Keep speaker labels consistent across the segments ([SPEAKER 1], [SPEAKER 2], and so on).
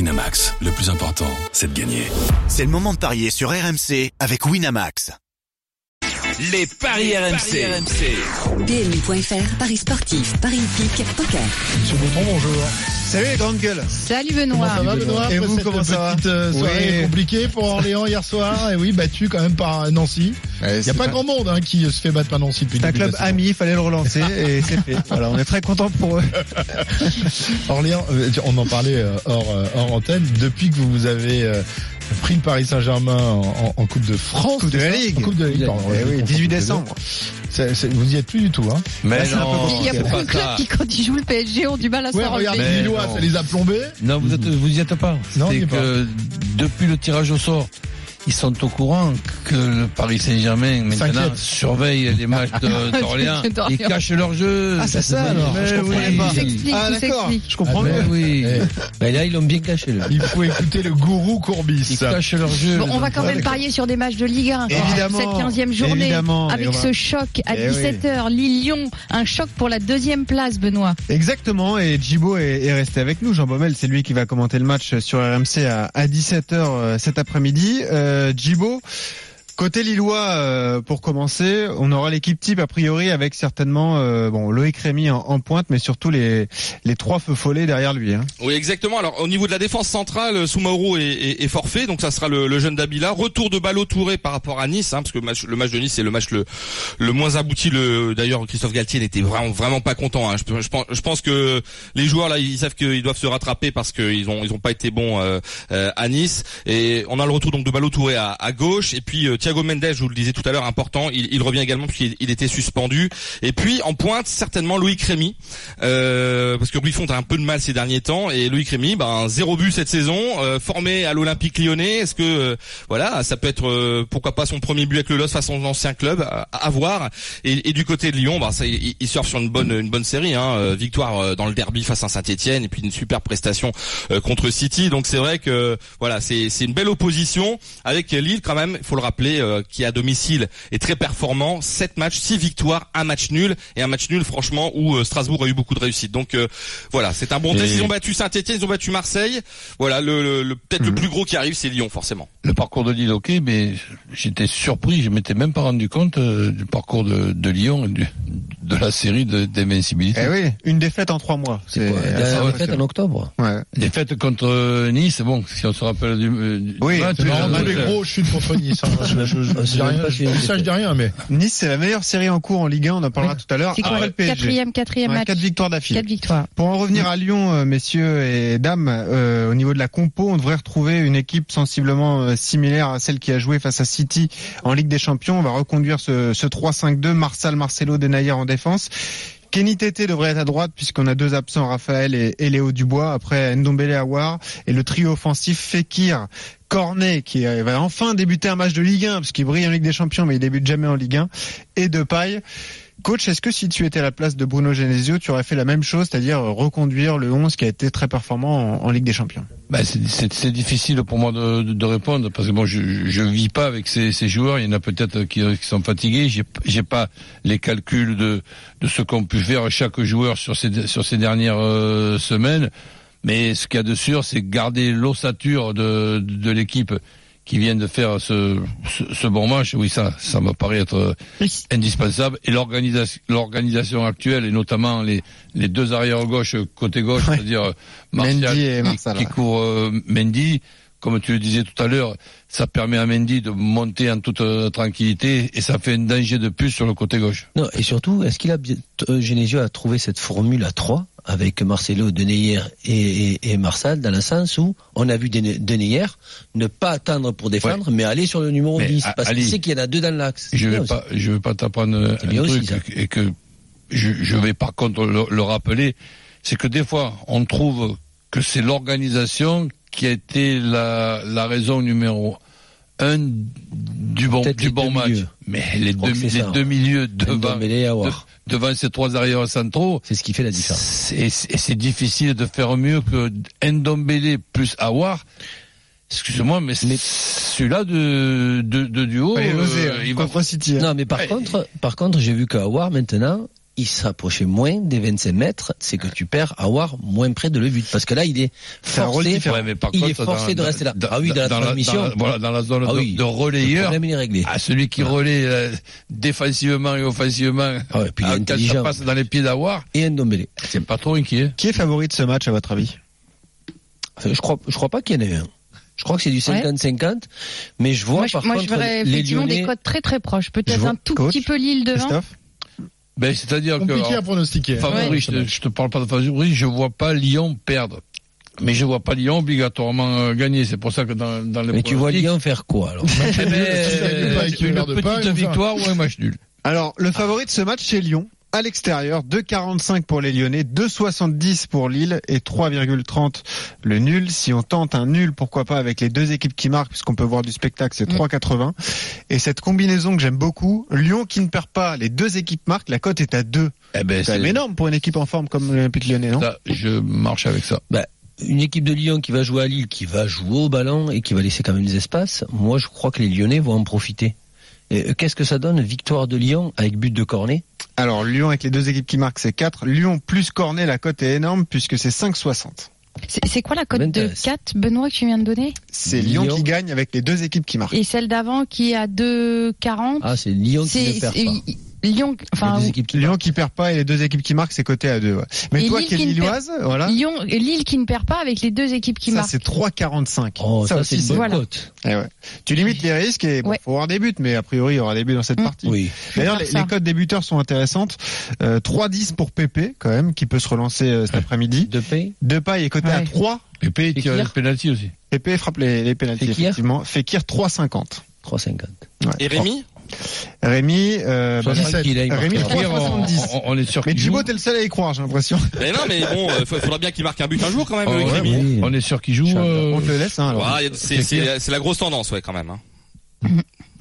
[SPEAKER 1] Winamax, le plus important, c'est de gagner.
[SPEAKER 2] C'est le moment de parier sur RMC avec Winamax.
[SPEAKER 3] Les paris, RMC.
[SPEAKER 4] PMU.fr, Paris sportif, Paris hippique, poker.
[SPEAKER 5] Monsieur Beauton, bonjour. Salut les grandes gueules.
[SPEAKER 6] Salut Benoît.
[SPEAKER 5] Salut Benoît. Et
[SPEAKER 7] après
[SPEAKER 5] vous,
[SPEAKER 7] cette
[SPEAKER 5] comment ça va
[SPEAKER 7] petite, euh, soirée
[SPEAKER 5] Oui.
[SPEAKER 7] compliquée pour Orléans hier soir. Et oui, battu quand même par Nancy. Il n'y a pas grand monde hein, qui se fait battre par Nancy depuis
[SPEAKER 5] C'est
[SPEAKER 7] le
[SPEAKER 5] un
[SPEAKER 7] début de
[SPEAKER 5] club
[SPEAKER 7] la saison.
[SPEAKER 5] ami, il fallait le relancer et c'est fait. Voilà, on est très contents pour eux.
[SPEAKER 7] Orléans, euh, on en parlait euh, hors, euh, hors antenne. Depuis que vous avez euh, pris le Paris Saint-Germain en, en- en Coupe de France.
[SPEAKER 5] Coupe de
[SPEAKER 7] c'est
[SPEAKER 5] la
[SPEAKER 7] ça
[SPEAKER 5] Ligue.
[SPEAKER 7] En Coupe de la Ligue, pardon. Ouais,
[SPEAKER 5] Eh oui,
[SPEAKER 7] je confonds
[SPEAKER 5] 18
[SPEAKER 7] tous les deux.
[SPEAKER 5] décembre.
[SPEAKER 7] C'est- c'est- vous n'y êtes plus du tout. Hein.
[SPEAKER 8] Mais
[SPEAKER 5] c'est un peu
[SPEAKER 8] non,
[SPEAKER 6] Il y a
[SPEAKER 8] c'est
[SPEAKER 6] beaucoup
[SPEAKER 8] pas
[SPEAKER 6] de clubs
[SPEAKER 8] ça.
[SPEAKER 6] qui, quand ils jouent le PSG, ont du mal à
[SPEAKER 7] Ouais,
[SPEAKER 6] s'en
[SPEAKER 7] regarde,
[SPEAKER 6] relever.
[SPEAKER 8] Mais
[SPEAKER 7] les Lillois,
[SPEAKER 8] non.
[SPEAKER 7] ça les a plombés.
[SPEAKER 8] non, vous êtes, vous y êtes pas.
[SPEAKER 7] Non, on y est
[SPEAKER 8] C'est que depuis le tirage au sort, ils sont au courant que le Paris Saint-Germain maintenant
[SPEAKER 7] S'inquiète.
[SPEAKER 8] surveille les matchs de- d'Orléans.
[SPEAKER 6] D'Orléans.
[SPEAKER 8] Ils cachent leur jeu.
[SPEAKER 5] Ah, c'est ça,
[SPEAKER 8] devient-
[SPEAKER 5] alors.
[SPEAKER 8] Mais
[SPEAKER 5] Je comprenais
[SPEAKER 8] oui.
[SPEAKER 5] pas.
[SPEAKER 6] Tout s'explique,
[SPEAKER 5] Ah, ben.
[SPEAKER 6] tout
[SPEAKER 5] d'accord.
[SPEAKER 6] s'explique.
[SPEAKER 5] Je
[SPEAKER 7] Ah,
[SPEAKER 5] comprends mieux.
[SPEAKER 8] Mais ben oui.
[SPEAKER 7] Eh.
[SPEAKER 8] Mais là, ils l'ont bien caché. Là.
[SPEAKER 7] Il faut écouter le gourou Courbis.
[SPEAKER 8] Ils cachent leur jeu.
[SPEAKER 6] Bon, on va quand
[SPEAKER 8] Ouais,
[SPEAKER 6] même parier sur des matchs de Ligue 1.
[SPEAKER 5] Évidemment.
[SPEAKER 6] Cette 15e journée.
[SPEAKER 5] Évidemment. Et on
[SPEAKER 6] Avec
[SPEAKER 5] va-
[SPEAKER 6] ce choc à
[SPEAKER 5] Eh oui.
[SPEAKER 6] 17h, Lille-Lyon, un choc pour la deuxième place, Benoît.
[SPEAKER 5] Exactement, et Djibo est, est resté avec nous. Jean Baumel, c'est lui qui va commenter le match sur RMC à, à 17h cet après-midi. Euh, Djibo, côté Lillois, euh, pour commencer, on aura l'équipe type a priori avec certainement euh, bon Loïc Rémy en, en pointe, mais surtout les, les trois feux follets derrière lui. Hein.
[SPEAKER 9] Oui, exactement. Alors, au niveau de la défense centrale, euh, Soumaoro est, est- est forfait, donc ça sera le, le jeune Dabila. Retour de Ballot Touré par rapport à Nice, hein, parce que le match, le match de Nice c'est le match le, le moins abouti. Le, d'ailleurs, Christophe Galtier n'était vraiment, vraiment pas content. hein. Je, je pense, je pense que les joueurs là, ils savent qu'ils doivent se rattraper parce qu'ils ont, ils ont pas été bons euh, euh, à Nice. Et on a le retour donc de Ballot Touré à, à gauche, et puis euh, Thiago Mendes, je vous le disais tout à l'heure, important. Il, il revient également puisqu'il il était suspendu. Et puis en pointe certainement Loïc Rémy. Euh, parce que Buffon a un peu de mal ces derniers temps et Loïc Rémy, ben zéro but cette saison, euh, formé à l'Olympique Lyonnais. Est-ce que euh, voilà, ça peut être euh, pourquoi pas son premier but avec le LOS face à son ancien club à, à voir. Et, et du côté de Lyon, ben ça, il, il surfe sur une bonne une bonne série, hein, Euh, victoire euh, dans le derby face à Saint-Étienne et puis une super prestation euh, contre City. Donc c'est vrai que euh, voilà, c'est c'est une belle opposition avec Lille quand même. Il faut le rappeler, euh, qui à domicile est très performant. 7 matchs, 6 victoires, un match nul et un match nul franchement où euh, Strasbourg a eu beaucoup de réussite. Donc euh, voilà, c'est un bon test. Ils ont battu Saint-Etienne, ils ont battu Marseille. Voilà, le, le- le- peut-être le plus gros qui arrive, c'est Lyon forcément.
[SPEAKER 8] Le parcours de Lille, ok, mais j'étais surpris, je m'étais même pas rendu compte euh, du parcours de, de Lyon, et du- de la série de- d'invincibilité.
[SPEAKER 5] Eh oui, eh, une défaite en trois mois. C'est
[SPEAKER 8] quoi, la
[SPEAKER 5] assez
[SPEAKER 8] dernière
[SPEAKER 5] impressionnant.
[SPEAKER 10] octobre.
[SPEAKER 5] Ouais.
[SPEAKER 8] Des fêtes contre Nice, bon, si on se rappelle du, euh, du
[SPEAKER 5] Oui,
[SPEAKER 8] match,
[SPEAKER 5] c'est marrant,
[SPEAKER 8] euh,
[SPEAKER 7] Tous les
[SPEAKER 8] euh,
[SPEAKER 7] gros chutent contre Nice. hein. Je, je- je- je dis
[SPEAKER 10] même
[SPEAKER 7] rien.
[SPEAKER 10] pas
[SPEAKER 7] Je-
[SPEAKER 10] si-
[SPEAKER 7] ça, je dis rien, mais
[SPEAKER 5] Nice, c'est la meilleure série en cours en Ligue 1. On en parlera tout à l'heure.
[SPEAKER 6] C'est quoi
[SPEAKER 5] Après le PSG.
[SPEAKER 6] Quatrième, quatrième
[SPEAKER 5] Ouais,
[SPEAKER 6] match.
[SPEAKER 5] Quatre victoires d'affilée.
[SPEAKER 6] Quatre victoires.
[SPEAKER 5] Pour en revenir à Lyon, euh, messieurs et dames, euh, au niveau de la compo, on devrait retrouver une équipe sensiblement euh, similaire à celle qui a joué face à City en Ligue des Champions. On va reconduire ce, ce 3-5-2, Marsal, Marcelo, Denayer en défense. Kenny Tété devrait être à droite puisqu'on a deux absents, Raphaël et, et Léo Dubois, après Ndombele Awar et le trio offensif Fekir, Cornet qui euh, va enfin débuter un match de Ligue 1 parce qu'il brille en Ligue des Champions mais il débute jamais en Ligue 1 et Depay. Coach, est-ce que si tu étais à la place de Bruno Genesio, tu aurais fait la même chose, c'est-à-dire reconduire le 11 qui a été très performant en, en Ligue des Champions
[SPEAKER 8] Ben, c'est- c'est c'est difficile pour moi de, de- de répondre parce que bon, je, je- je vis pas avec ces, ces joueurs. Il y en a peut-être qui, qui sont fatigués. J'ai j'ai pas les calculs de, de ce qu'ont pu faire chaque joueur sur ces, sur ces dernières euh, semaines. Mais ce qu'il y a de sûr, c'est garder l'ossature de, de l'équipe qui vient de faire ce, ce, ce bon match. Oui, ça, ça me paraît être indispensable. Et l'organisation l'organisation actuelle, et notamment les, les deux arrières-gauche, côté gauche,
[SPEAKER 5] Ouais.
[SPEAKER 8] c'est-à-dire euh,
[SPEAKER 5] Mendy et
[SPEAKER 8] qui-
[SPEAKER 5] Marsal,
[SPEAKER 8] qui,
[SPEAKER 5] ouais.
[SPEAKER 8] court euh, Mendy. Comme tu le disais tout à l'heure, ça permet à Mendy de monter en toute euh, tranquillité et ça fait un danger de plus sur le côté gauche.
[SPEAKER 10] Non, et surtout, est-ce qu'il a bien- euh, Genesio a trouvé cette formule à 3 avec Marcelo, Deneyer et, et, et Marsal dans le sens où on a vu Dene- Deneyer ne pas attendre pour défendre, mais aller sur le numéro
[SPEAKER 8] Mais,
[SPEAKER 10] 10
[SPEAKER 8] à-
[SPEAKER 10] parce qu'il
[SPEAKER 8] Ali,
[SPEAKER 10] sait qu'il y en a deux dans l'axe. C'est
[SPEAKER 8] Je
[SPEAKER 10] bien
[SPEAKER 8] vais
[SPEAKER 10] aussi.
[SPEAKER 8] pas, je vais pas t'apprendre un
[SPEAKER 10] C'est bien aussi,
[SPEAKER 8] truc
[SPEAKER 10] ça.
[SPEAKER 8] et que je, je vais par contre le, le rappeler, c'est que des fois on trouve que c'est l'organisation qui a été la, la raison numéro un du bon,
[SPEAKER 10] Peut-être
[SPEAKER 8] du
[SPEAKER 10] les
[SPEAKER 8] bon
[SPEAKER 10] deux
[SPEAKER 8] match.
[SPEAKER 10] milieux.
[SPEAKER 8] Mais les,
[SPEAKER 10] crois
[SPEAKER 8] deux,
[SPEAKER 10] que c'est
[SPEAKER 8] les
[SPEAKER 10] ça. hein.
[SPEAKER 8] deux milieux devant,
[SPEAKER 10] Ndombele et Aouar.
[SPEAKER 8] de- devant ces trois arrières centraux,
[SPEAKER 10] C'est ce qui fait la différence.
[SPEAKER 8] c'est c'est- c'est difficile de faire mieux que Ndombele plus Awar. Excuse-moi, mais, celui-là de, de, de duo,
[SPEAKER 5] Fallait l'oser,
[SPEAKER 8] euh,
[SPEAKER 5] hein,
[SPEAKER 8] il va-
[SPEAKER 5] contre City. hein.
[SPEAKER 10] Non, mais par contre, par contre, j'ai vu qu'Awar maintenant, il s'approchait moins des 25 mètres, c'est que tu perds à avoir moins près de le but. Parce que là, il est
[SPEAKER 8] C'est un rôle
[SPEAKER 10] forcé,
[SPEAKER 8] différent. Ouais, mais par
[SPEAKER 10] il est
[SPEAKER 8] contre,
[SPEAKER 10] forcé
[SPEAKER 8] dans-
[SPEAKER 10] de rester là.
[SPEAKER 8] dans-
[SPEAKER 10] ah oui, dans la
[SPEAKER 8] dans
[SPEAKER 10] transmission.
[SPEAKER 8] dans la- voilà, dans la zone
[SPEAKER 10] Ah
[SPEAKER 8] de-
[SPEAKER 10] oui.
[SPEAKER 8] de
[SPEAKER 10] le
[SPEAKER 8] relayeur.
[SPEAKER 10] problème, il est réglé.
[SPEAKER 8] Ah, celui qui relaie euh, défensivement et offensivement,
[SPEAKER 10] Ah ouais, puis
[SPEAKER 8] ah, quand
[SPEAKER 10] il est
[SPEAKER 8] ça
[SPEAKER 10] intelligent.
[SPEAKER 8] passe dans les pieds d'Awar,
[SPEAKER 10] Et Ndombele.
[SPEAKER 8] c'est pas trop inquiet.
[SPEAKER 5] Qui est favori de ce match à votre avis
[SPEAKER 10] Ah, Je crois, je crois pas qu'il y en ait un. Je crois que c'est du 50-50, mais je vois
[SPEAKER 6] Moi, je,
[SPEAKER 10] par
[SPEAKER 6] moi, je
[SPEAKER 10] contre
[SPEAKER 6] verrais
[SPEAKER 10] les
[SPEAKER 6] effectivement
[SPEAKER 10] Lyonnais.
[SPEAKER 6] des codes très très proches.
[SPEAKER 5] Je
[SPEAKER 6] Peut-être
[SPEAKER 5] vois-
[SPEAKER 6] un tout
[SPEAKER 5] coach,
[SPEAKER 6] petit peu l'île de vin.
[SPEAKER 5] Christophe
[SPEAKER 8] Ben, c'est-à-dire que.
[SPEAKER 7] Compliqué
[SPEAKER 8] alors,
[SPEAKER 7] à hein. pronostiquer.
[SPEAKER 8] favori,
[SPEAKER 6] Ouais.
[SPEAKER 8] je, te, je te parle pas de favori, je vois pas Lyon perdre. Mais je vois pas Lyon obligatoirement euh, gagner. C'est pour ça que dans, dans les
[SPEAKER 10] Mais tu vois
[SPEAKER 8] pronostics,
[SPEAKER 10] Lyon faire quoi alors
[SPEAKER 8] eh ben,
[SPEAKER 7] Si ça gagne pas et qu'il
[SPEAKER 8] une
[SPEAKER 7] perd de pas, ils
[SPEAKER 8] petite
[SPEAKER 7] vont faire-
[SPEAKER 8] victoire ou un match nul.
[SPEAKER 5] Alors, le favori de ce match, c'est Lyon. À l'extérieur, 2,45 pour les Lyonnais, 2,70 pour Lille et 3,30 le nul. Si on tente un nul, pourquoi pas avec les deux équipes qui marquent, puisqu'on peut voir du spectacle, c'est 3,80. Et cette combinaison que j'aime beaucoup, Lyon qui ne perd pas, les deux équipes marquent, la cote est à 2.
[SPEAKER 8] Eh ben,
[SPEAKER 5] C'est quand même énorme pour une équipe en forme comme l'Olympique lyonnais, non
[SPEAKER 8] Ça, je marche avec ça.
[SPEAKER 10] Bah, Une équipe de Lyon qui va jouer à Lille, qui va jouer au ballon et qui va laisser quand même des espaces, moi je crois que les Lyonnais vont en profiter. Et, euh, Qu'est-ce que ça donne Victoire de Lyon avec but de Cornet
[SPEAKER 5] Alors, Lyon avec les deux équipes qui marquent, c'est 4. Lyon plus Cornet, la cote est énorme puisque c'est 5,60.
[SPEAKER 6] C'est c'est quoi la cote de
[SPEAKER 10] M'intéresse.
[SPEAKER 6] 4, Benoît, que tu viens de donner
[SPEAKER 5] C'est Lyon,
[SPEAKER 10] Lyon.
[SPEAKER 5] qui gagne avec les deux équipes qui marquent.
[SPEAKER 6] Et celle d'avant qui est à 2,40
[SPEAKER 10] Ah, c'est Lyon qui
[SPEAKER 6] C'est
[SPEAKER 10] ne perd
[SPEAKER 6] c'est-
[SPEAKER 10] pas.
[SPEAKER 6] Lyon, enfin,
[SPEAKER 10] Les deux équipes qui
[SPEAKER 5] Lyon qui perd pas et les deux équipes qui marquent, c'est coté à deux. ouais. Mais
[SPEAKER 6] Et
[SPEAKER 5] toi
[SPEAKER 6] Lille
[SPEAKER 5] qui es
[SPEAKER 6] qui ne perd-
[SPEAKER 5] lilloise, voilà,
[SPEAKER 6] Lyon, Lille qui ne perd pas avec les deux équipes qui
[SPEAKER 5] ça
[SPEAKER 6] marquent.
[SPEAKER 5] c'est 3,45.
[SPEAKER 10] Oh, ça, c'est une bonne
[SPEAKER 6] Voilà.
[SPEAKER 10] cote.
[SPEAKER 5] Eh ouais. Tu limites les risques et bon,
[SPEAKER 6] Ouais.
[SPEAKER 5] faut avoir des buts, mais a priori il y aura des buts dans cette
[SPEAKER 6] Mm.
[SPEAKER 5] partie.
[SPEAKER 10] Oui.
[SPEAKER 6] Je vais
[SPEAKER 5] D'ailleurs,
[SPEAKER 6] faire
[SPEAKER 5] les,
[SPEAKER 6] ça.
[SPEAKER 5] les codes des buteurs sont intéressantes. Euh, 3-10 pour Pépé, quand même, qui peut se relancer euh, cet après-midi.
[SPEAKER 10] De paix
[SPEAKER 5] Depay est coté à
[SPEAKER 6] Ouais.
[SPEAKER 5] 3.
[SPEAKER 8] Et puis, il tire
[SPEAKER 5] euh,
[SPEAKER 10] Fekir.
[SPEAKER 8] le penalty aussi.
[SPEAKER 5] Pépé frappe les, les pénaltys,
[SPEAKER 10] Fekir.
[SPEAKER 5] effectivement. Fekir, 3,50.
[SPEAKER 10] 3,50.
[SPEAKER 9] Et Rémi
[SPEAKER 5] Rémi,
[SPEAKER 7] Eh
[SPEAKER 5] euh,
[SPEAKER 7] ben,
[SPEAKER 5] bah,
[SPEAKER 10] Je crois qu'il a une
[SPEAKER 5] Rémi,
[SPEAKER 10] marque.
[SPEAKER 5] trois-
[SPEAKER 8] Fekir, on,
[SPEAKER 5] 3,70.
[SPEAKER 8] on- on est sûr
[SPEAKER 5] mais
[SPEAKER 8] qu'il joue.
[SPEAKER 5] Thibaut, t'es le seul à y croire, j'ai l'impression.
[SPEAKER 9] Mais non, mais bon, euh, fa- faudra bien qu'il marque un but un jour quand même,
[SPEAKER 8] Oh,
[SPEAKER 9] euh,
[SPEAKER 8] ouais,
[SPEAKER 9] Rémi.
[SPEAKER 8] bon,
[SPEAKER 10] Oui.
[SPEAKER 8] On est sûr qu'il joue. euh,
[SPEAKER 5] On te le laisse, hein, alors.
[SPEAKER 9] Voilà, y a- c'est- C'est c'est la grosse tendance, ouais, quand même. hein.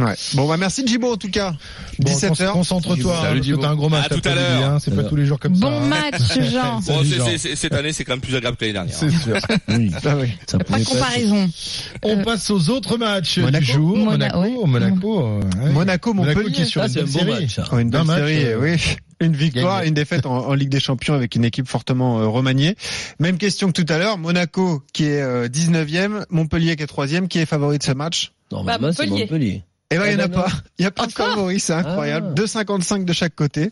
[SPEAKER 5] Ouais. Bon, bah, merci Djibo, en tout cas.
[SPEAKER 7] Bon,
[SPEAKER 5] 17h.
[SPEAKER 7] Concentre-toi, hein,
[SPEAKER 8] Salut,
[SPEAKER 7] parce que
[SPEAKER 8] Thibaut.
[SPEAKER 7] t'as un gros match.
[SPEAKER 9] À tout à
[SPEAKER 7] après-midi,
[SPEAKER 9] l'heure.
[SPEAKER 7] hein, C'est pas
[SPEAKER 10] Alors.
[SPEAKER 7] tous les jours comme ça.
[SPEAKER 6] Bon
[SPEAKER 7] hein.
[SPEAKER 6] match, Jean.
[SPEAKER 7] C'est
[SPEAKER 9] Bon,
[SPEAKER 7] du
[SPEAKER 9] c'est-
[SPEAKER 7] genre.
[SPEAKER 9] c'est- c'est- cette année, c'est quand même plus agréable que l'année dernière. hein.
[SPEAKER 7] C'est sûr.
[SPEAKER 5] Ah oui.
[SPEAKER 10] Ça
[SPEAKER 6] Pas
[SPEAKER 10] pouvait
[SPEAKER 6] de
[SPEAKER 10] pas être-
[SPEAKER 6] comparaison.
[SPEAKER 7] On
[SPEAKER 6] Euh,
[SPEAKER 7] passe aux autres matchs
[SPEAKER 5] Monaco.
[SPEAKER 7] du jour. Monaco,
[SPEAKER 6] Monaco, ouais.
[SPEAKER 7] Monaco. euh, ouais.
[SPEAKER 5] Monaco, Montpellier.
[SPEAKER 7] Monaco qui est sur
[SPEAKER 10] Ça,
[SPEAKER 7] une
[SPEAKER 10] Ah, c'est un
[SPEAKER 7] bonne
[SPEAKER 10] bon
[SPEAKER 7] série.
[SPEAKER 10] match. ça.
[SPEAKER 5] Oh, Une bonne
[SPEAKER 7] Un match,
[SPEAKER 5] série,
[SPEAKER 7] euh,
[SPEAKER 5] oui. Une victoire,
[SPEAKER 7] gagné.
[SPEAKER 5] une défaite en, en Ligue des Champions avec une équipe fortement euh, remaniée. Même question que tout à l'heure. Monaco qui est euh, 19e, Montpellier qui est 3e, qui est favori de ce match
[SPEAKER 10] Normalement, c'est
[SPEAKER 6] Montpellier.
[SPEAKER 10] Montpellier.
[SPEAKER 5] Eh ben,
[SPEAKER 10] Ah
[SPEAKER 5] il n'y en a
[SPEAKER 10] ben non.
[SPEAKER 5] pas. Il n'y a pas de
[SPEAKER 6] Encore
[SPEAKER 5] favori, c'est incroyable.
[SPEAKER 10] Ah.
[SPEAKER 5] 2,55 de chaque côté.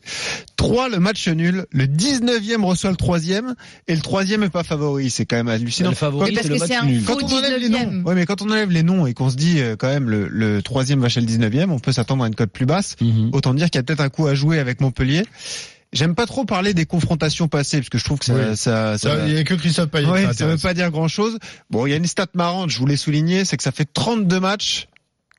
[SPEAKER 5] 3, le match nul. Le 19e reçoit le 3e. Et le 3e est pas favori. C'est quand même hallucinant.
[SPEAKER 10] Le favori,
[SPEAKER 5] Quand-
[SPEAKER 10] c'est
[SPEAKER 6] Parce
[SPEAKER 10] le
[SPEAKER 6] que
[SPEAKER 10] match
[SPEAKER 6] c'est un
[SPEAKER 10] nul.
[SPEAKER 5] quand
[SPEAKER 6] faux
[SPEAKER 5] on enlève les noms,
[SPEAKER 6] 19e.
[SPEAKER 5] ouais, mais quand on enlève les noms et qu'on se dit euh, quand même le, le 3e va chez le 19e, on peut s'attendre à une cote plus basse.
[SPEAKER 10] Mhm.
[SPEAKER 5] Autant dire qu'il y a peut-être un coup à jouer avec Montpellier. J'aime pas trop parler des confrontations passées parce que je trouve que ça,
[SPEAKER 7] Oui.
[SPEAKER 5] ça, ça,
[SPEAKER 7] Là, Il n'y a que Christophe Payet.
[SPEAKER 5] Ouais,
[SPEAKER 7] qui
[SPEAKER 5] ça veut
[SPEAKER 7] m'intéresse.
[SPEAKER 5] pas dire grand chose. Bon, il y a une stat marrante, je voulais souligner, c'est que ça fait 32 matchs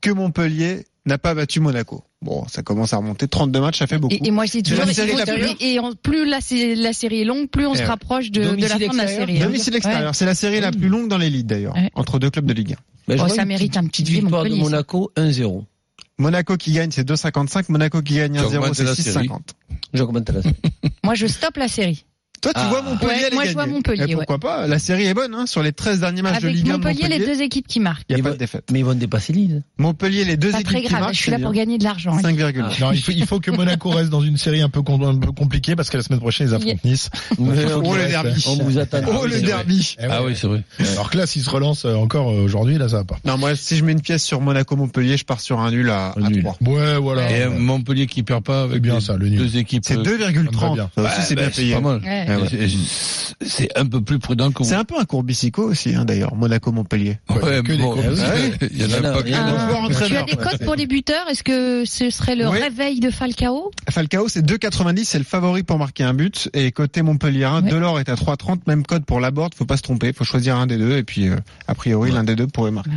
[SPEAKER 5] que Montpellier n'a pas battu Monaco. Bon, ça commence à remonter. 32 matchs, ça fait beaucoup.
[SPEAKER 6] Et, et moi, je dis
[SPEAKER 5] C'est la
[SPEAKER 6] toujours, il
[SPEAKER 5] série
[SPEAKER 6] faut
[SPEAKER 5] la
[SPEAKER 6] donner- et on- plus la, sé- la série est longue, plus on
[SPEAKER 5] Eh
[SPEAKER 6] se
[SPEAKER 5] ouais.
[SPEAKER 6] rapproche de, de la fin
[SPEAKER 10] Domicile
[SPEAKER 6] de la
[SPEAKER 10] extérieur.
[SPEAKER 6] série. hein.
[SPEAKER 5] Domicile extérieur,
[SPEAKER 6] Ouais.
[SPEAKER 5] c'est la série la plus longue dans les ligues d'ailleurs,
[SPEAKER 6] Ouais.
[SPEAKER 5] entre deux clubs de Ligue 1.
[SPEAKER 10] Mais je
[SPEAKER 6] Oh,
[SPEAKER 10] vois
[SPEAKER 6] ça
[SPEAKER 10] une
[SPEAKER 6] mérite un petit
[SPEAKER 10] petite
[SPEAKER 6] billet,
[SPEAKER 10] victoire de
[SPEAKER 6] Montpellier, ça.
[SPEAKER 10] Monaco 1-0.
[SPEAKER 5] Monaco qui gagne, c'est 2,55. Monaco qui gagne
[SPEAKER 8] Tu
[SPEAKER 5] 1-0,
[SPEAKER 8] augmentes
[SPEAKER 5] c'est
[SPEAKER 8] la série.
[SPEAKER 5] 6,50.
[SPEAKER 10] J'augmente la
[SPEAKER 6] Moi, je stoppe la série.
[SPEAKER 5] Toi, tu
[SPEAKER 10] Ah.
[SPEAKER 5] vois Montpellier
[SPEAKER 6] Ouais,
[SPEAKER 5] aller
[SPEAKER 6] moi, je
[SPEAKER 5] gagner.
[SPEAKER 6] vois Montpellier,
[SPEAKER 5] Eh, pourquoi pas La série est bonne, hein. Sur les 13 derniers matchs de
[SPEAKER 6] Avec
[SPEAKER 5] Ligue 1 de
[SPEAKER 6] Montpellier,
[SPEAKER 5] Montpellier,
[SPEAKER 6] les deux équipes qui marquent.
[SPEAKER 5] il n'y a
[SPEAKER 10] Et
[SPEAKER 5] pas
[SPEAKER 10] vo-
[SPEAKER 5] de défaite.
[SPEAKER 10] Mais ils vont dépasser Lille.
[SPEAKER 5] Montpellier, les deux
[SPEAKER 6] Pas
[SPEAKER 5] équipes
[SPEAKER 6] très
[SPEAKER 5] qui
[SPEAKER 6] grave,
[SPEAKER 5] marquent,
[SPEAKER 6] je suis là
[SPEAKER 5] c'est
[SPEAKER 6] pour
[SPEAKER 5] bien.
[SPEAKER 6] gagner de l'argent. hein.
[SPEAKER 5] 5,1.
[SPEAKER 7] Non, il faut, il faut que Monaco reste dans une série un peu, con- un peu compliquée parce que la semaine prochaine, ils affrontent Nice.
[SPEAKER 5] Oh, le
[SPEAKER 7] reste,
[SPEAKER 5] derby.
[SPEAKER 10] On vous attend.
[SPEAKER 5] Oh, le
[SPEAKER 8] c'est
[SPEAKER 5] derby.
[SPEAKER 7] Eh ouais.
[SPEAKER 8] Ah oui, c'est vrai.
[SPEAKER 7] Alors que là, s'ils se relancent euh, encore euh, aujourd'hui, là, ça va pas.
[SPEAKER 5] Non, moi, si je mets une pièce sur Monaco-Montpellier, je pars sur un nul à, à
[SPEAKER 8] Un nul.
[SPEAKER 5] 3.
[SPEAKER 7] Ouais, voilà.
[SPEAKER 8] Et
[SPEAKER 7] Ouais.
[SPEAKER 8] un
[SPEAKER 10] euh,
[SPEAKER 8] Montpellier qui perd pas avec
[SPEAKER 7] C'est bien
[SPEAKER 8] les
[SPEAKER 7] ça, le nul.
[SPEAKER 8] deux équipes.
[SPEAKER 5] C'est
[SPEAKER 8] euh,
[SPEAKER 5] 2,30.
[SPEAKER 7] bien.
[SPEAKER 5] Ça
[SPEAKER 8] bah,
[SPEAKER 5] aussi, c'est
[SPEAKER 8] bah,
[SPEAKER 5] bien payé.
[SPEAKER 8] pas mal.
[SPEAKER 6] Ouais.
[SPEAKER 5] Ah ouais.
[SPEAKER 8] C'est- c'est- C'est un peu plus prudent que vous.
[SPEAKER 5] C'est un peu un courbicico aussi, hein, d'ailleurs, Monaco-Montpellier.
[SPEAKER 8] Ouais,
[SPEAKER 7] que des
[SPEAKER 8] bon,
[SPEAKER 7] courses.
[SPEAKER 8] il y en a pas
[SPEAKER 10] Il y en a-
[SPEAKER 8] que.
[SPEAKER 5] joueur
[SPEAKER 6] Ah, tu as
[SPEAKER 5] entraîneur,
[SPEAKER 6] des
[SPEAKER 5] ouais.
[SPEAKER 6] codes pour les buteurs Est-ce que ce serait le
[SPEAKER 5] Oui.
[SPEAKER 6] réveil de Falcao
[SPEAKER 5] Falcao, c'est 2,90, c'est le favori pour marquer un but. Et côté Montpellier 1,
[SPEAKER 6] Ouais.
[SPEAKER 5] Delors est à 3,30, même code pour la board, faut pas se tromper, faut choisir un des deux, et puis, euh, a priori, l'un des deux pourrait marquer.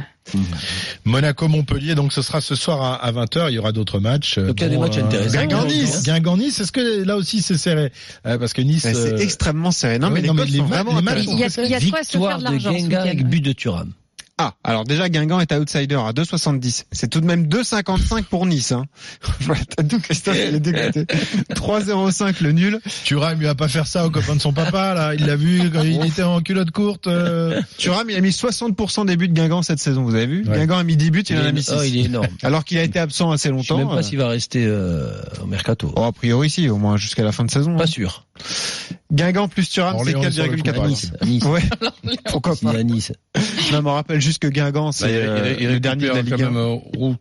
[SPEAKER 7] Monaco-Montpellier, donc ce sera ce soir à 20h. Il y aura d'autres matchs. euh,
[SPEAKER 10] Donc, il y a des
[SPEAKER 7] dont,
[SPEAKER 10] matchs
[SPEAKER 7] euh,
[SPEAKER 10] intéressants.
[SPEAKER 8] hein.
[SPEAKER 5] Guingamp-Nice.
[SPEAKER 7] Guingamp-Nice, est-ce que là aussi c'est serré Euh, Parce que Nice.
[SPEAKER 5] Mais
[SPEAKER 7] euh,
[SPEAKER 5] C'est extrêmement serré. Non,
[SPEAKER 7] oui,
[SPEAKER 5] mais les
[SPEAKER 7] non, mais
[SPEAKER 5] codes
[SPEAKER 7] les
[SPEAKER 5] sont
[SPEAKER 7] ma-
[SPEAKER 5] vraiment
[SPEAKER 7] les matchs
[SPEAKER 5] intéressants.
[SPEAKER 6] Il y a, il y a de quoi se faire
[SPEAKER 10] Victoire
[SPEAKER 6] de
[SPEAKER 10] de
[SPEAKER 6] l'argent. ce
[SPEAKER 10] Guingamp
[SPEAKER 6] week-end.
[SPEAKER 10] avec but de Thuram.
[SPEAKER 5] Ah, alors déjà Guingamp est outsider à 2,70. C'est tout de même 2,55 pour Nice. Hein. Voilà, t'as tout Christophe, il est dégoûté. 3,05 le nul.
[SPEAKER 7] Thuram, il va pas faire ça au copain de son papa, là. Il l'a vu quand il était en culotte courte. euh.
[SPEAKER 5] Thuram, il a mis 60% des buts de Guingamp cette saison, vous avez vu
[SPEAKER 7] Ouais.
[SPEAKER 5] Guingamp a mis 10 buts, il, en a mis 6.
[SPEAKER 10] oh, il est énorme.
[SPEAKER 5] Alors qu'il a été absent
[SPEAKER 10] Je sais
[SPEAKER 5] assez
[SPEAKER 10] même
[SPEAKER 5] longtemps.
[SPEAKER 7] hein.
[SPEAKER 10] pas
[SPEAKER 5] euh,
[SPEAKER 10] s'il va rester euh, au mercato.
[SPEAKER 5] oh, a priori, si, au moins jusqu'à la fin de saison.
[SPEAKER 10] Pas
[SPEAKER 5] hein.
[SPEAKER 10] sûr.
[SPEAKER 5] Guingamp plus Thuram, c'est
[SPEAKER 7] Orléans est sur le coup, par
[SPEAKER 5] 4,4
[SPEAKER 10] Nice. à Nice.
[SPEAKER 5] Ouais, pourquoi
[SPEAKER 10] Il
[SPEAKER 5] pas
[SPEAKER 10] est à Nice.
[SPEAKER 5] Je me rappelle juste que Guingamp, c'est
[SPEAKER 8] Bah, il-
[SPEAKER 5] euh,
[SPEAKER 8] il- il
[SPEAKER 5] le dernier de la
[SPEAKER 8] récupère
[SPEAKER 5] Ligue
[SPEAKER 8] quand
[SPEAKER 5] 1.
[SPEAKER 8] même euh, Roux-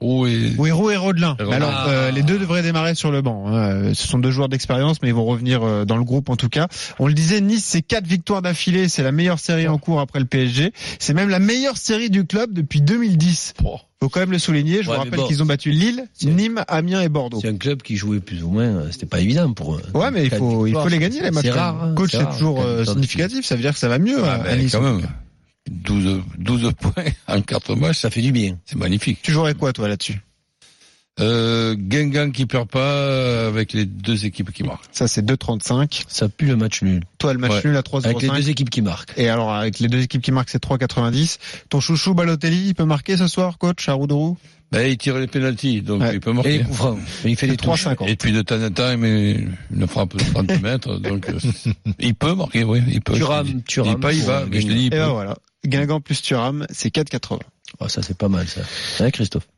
[SPEAKER 8] Roux et-
[SPEAKER 5] Ouero et Rodelin.
[SPEAKER 8] Et Rodelin.
[SPEAKER 5] Alors,
[SPEAKER 10] Ah.
[SPEAKER 5] euh, les deux devraient démarrer sur le banc. hein. Euh, Ce sont deux joueurs d'expérience, mais ils vont revenir euh, dans le groupe en tout cas. On le disait, Nice, c'est quatre victoires d'affilée. C'est la meilleure série en cours après le PSG. C'est même la meilleure série du club depuis 2010. Faut quand même le souligner. Je
[SPEAKER 10] Ouais,
[SPEAKER 5] vous
[SPEAKER 10] mais
[SPEAKER 5] rappelle
[SPEAKER 10] bon.
[SPEAKER 5] qu'ils ont battu Lille,
[SPEAKER 10] C'est-
[SPEAKER 5] Nîmes, Amiens et Bordeaux.
[SPEAKER 10] C'est un club qui jouait plus ou moins, euh, c'était pas évident pour eux.
[SPEAKER 5] Ouais, mais il
[SPEAKER 10] Quatre
[SPEAKER 5] faut, il
[SPEAKER 10] victoires,
[SPEAKER 5] faut les gagner les matchs.
[SPEAKER 10] C'est
[SPEAKER 5] quand
[SPEAKER 10] rare.
[SPEAKER 5] même.
[SPEAKER 10] hein,
[SPEAKER 5] Coach,
[SPEAKER 10] c'est
[SPEAKER 5] c'est
[SPEAKER 10] rare,
[SPEAKER 5] toujours
[SPEAKER 10] quatre
[SPEAKER 5] euh,
[SPEAKER 10] victoires de suite.
[SPEAKER 5] significatif. Ça veut dire que ça va mieux hein,
[SPEAKER 8] Ah,
[SPEAKER 5] à-
[SPEAKER 8] ben,
[SPEAKER 5] à Nice.
[SPEAKER 8] quand même. 12, 12 points en 4 matchs,
[SPEAKER 10] Ça fait du bien.
[SPEAKER 8] c'est magnifique.
[SPEAKER 5] Tu jouerais quoi toi là-dessus
[SPEAKER 8] Euh, Guingamp qui perd pas avec les deux équipes qui marquent.
[SPEAKER 5] Ça c'est 2,35.
[SPEAKER 10] Ça pue le match nul.
[SPEAKER 5] Toi le match
[SPEAKER 8] Ouais.
[SPEAKER 5] nul à
[SPEAKER 10] Avec les
[SPEAKER 5] 3,05.
[SPEAKER 10] deux équipes qui marquent.
[SPEAKER 5] Et alors, avec les deux équipes qui marquent, c'est 3,90. Ton chouchou Balotelli, il peut marquer ce soir, coach, à Roudourou
[SPEAKER 8] Ben, il tire les pénalties, donc
[SPEAKER 5] Ouais.
[SPEAKER 8] il peut
[SPEAKER 10] Et les
[SPEAKER 8] marquer.
[SPEAKER 10] coups francs. Mais il fait des touches.
[SPEAKER 5] 3,50.
[SPEAKER 8] Et puis de temps en temps, il met une frappe de 30 mètres, donc euh, il peut marquer, oui, il peut.
[SPEAKER 10] Tu
[SPEAKER 8] Je
[SPEAKER 10] rames,
[SPEAKER 8] te dis- je
[SPEAKER 10] tu
[SPEAKER 8] te dis
[SPEAKER 10] rames.
[SPEAKER 8] pas, il va,
[SPEAKER 10] pour
[SPEAKER 8] mais je te
[SPEAKER 10] gagner.
[SPEAKER 8] dis, il
[SPEAKER 5] Et ben
[SPEAKER 8] peut.
[SPEAKER 5] voilà. Guingamp plus Thuram, c'est 4,80.
[SPEAKER 10] Oh, ça, c'est pas mal, ça. Hein, Christophe?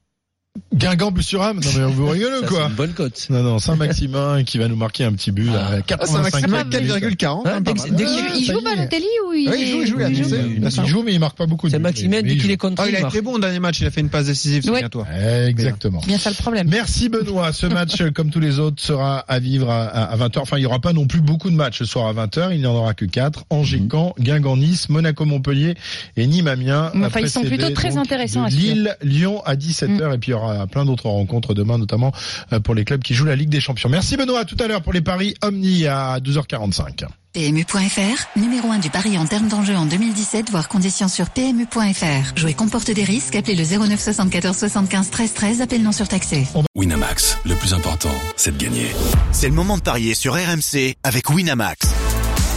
[SPEAKER 7] Guingamp plus Thuram. Non, mais vous rigolez
[SPEAKER 10] Ça,
[SPEAKER 7] ou
[SPEAKER 10] c'est
[SPEAKER 7] quoi?
[SPEAKER 10] une bonne cote.
[SPEAKER 7] Non, non, Saint-Maximin qui va nous marquer un petit but.
[SPEAKER 10] Ah.
[SPEAKER 7] à 85
[SPEAKER 5] Saint-Maximin, 4,40.
[SPEAKER 10] Ah,
[SPEAKER 5] hein, pas
[SPEAKER 10] dès-
[SPEAKER 5] mal.
[SPEAKER 10] dès-
[SPEAKER 6] Il, il
[SPEAKER 7] ça
[SPEAKER 6] joue
[SPEAKER 7] y est.
[SPEAKER 6] Balotelli ou il
[SPEAKER 5] Ouais, il joue, il joue, il a
[SPEAKER 10] Il joue,
[SPEAKER 5] glissé,
[SPEAKER 10] mais-
[SPEAKER 5] bien sûr.
[SPEAKER 7] Il joue, mais il marque pas beaucoup. de
[SPEAKER 10] C'est
[SPEAKER 7] buts, mais- mais
[SPEAKER 10] Maximène, dès
[SPEAKER 7] il
[SPEAKER 10] qu'il
[SPEAKER 7] joue.
[SPEAKER 10] est contre,
[SPEAKER 5] Oh, il a été bon au dernier match, il a fait une passe décisive,
[SPEAKER 6] Ouais.
[SPEAKER 5] souviens-toi.
[SPEAKER 7] Exactement.
[SPEAKER 6] Bien ça le problème.
[SPEAKER 7] Merci Benoît. Ce match, euh, comme tous les autres, sera à vivre à, 20h. Enfin, il n'y aura pas non plus beaucoup de matchs ce soir à 20h. Il n'y en aura que 4. Angers, Caen, Guingamp, Nice, Monaco, Montpellier et Nîmes, Amiens.
[SPEAKER 6] Mais enfin, ils sont
[SPEAKER 7] précédés,
[SPEAKER 6] plutôt très
[SPEAKER 7] donc,
[SPEAKER 6] intéressants
[SPEAKER 7] de
[SPEAKER 6] à suivre. Mm.
[SPEAKER 7] Lille, Lyon à 17h. Et puis, il y aura plein d'autres rencontres demain, notamment euh, pour les clubs qui jouent la Ligue des Champions. Merci Benoît. À tout à l'heure pour les paris Omni à 2h45.
[SPEAKER 4] PMU.fr, numéro 1 du pari en termes d'enjeu en 2017, voire conditions sur PMU.fr. Jouer comporte des risques, appelez le 09 74 75 13 13, appel non surtaxé.
[SPEAKER 1] Winamax, le plus important, c'est de gagner.
[SPEAKER 2] C'est le moment de parier sur RMC avec Winamax.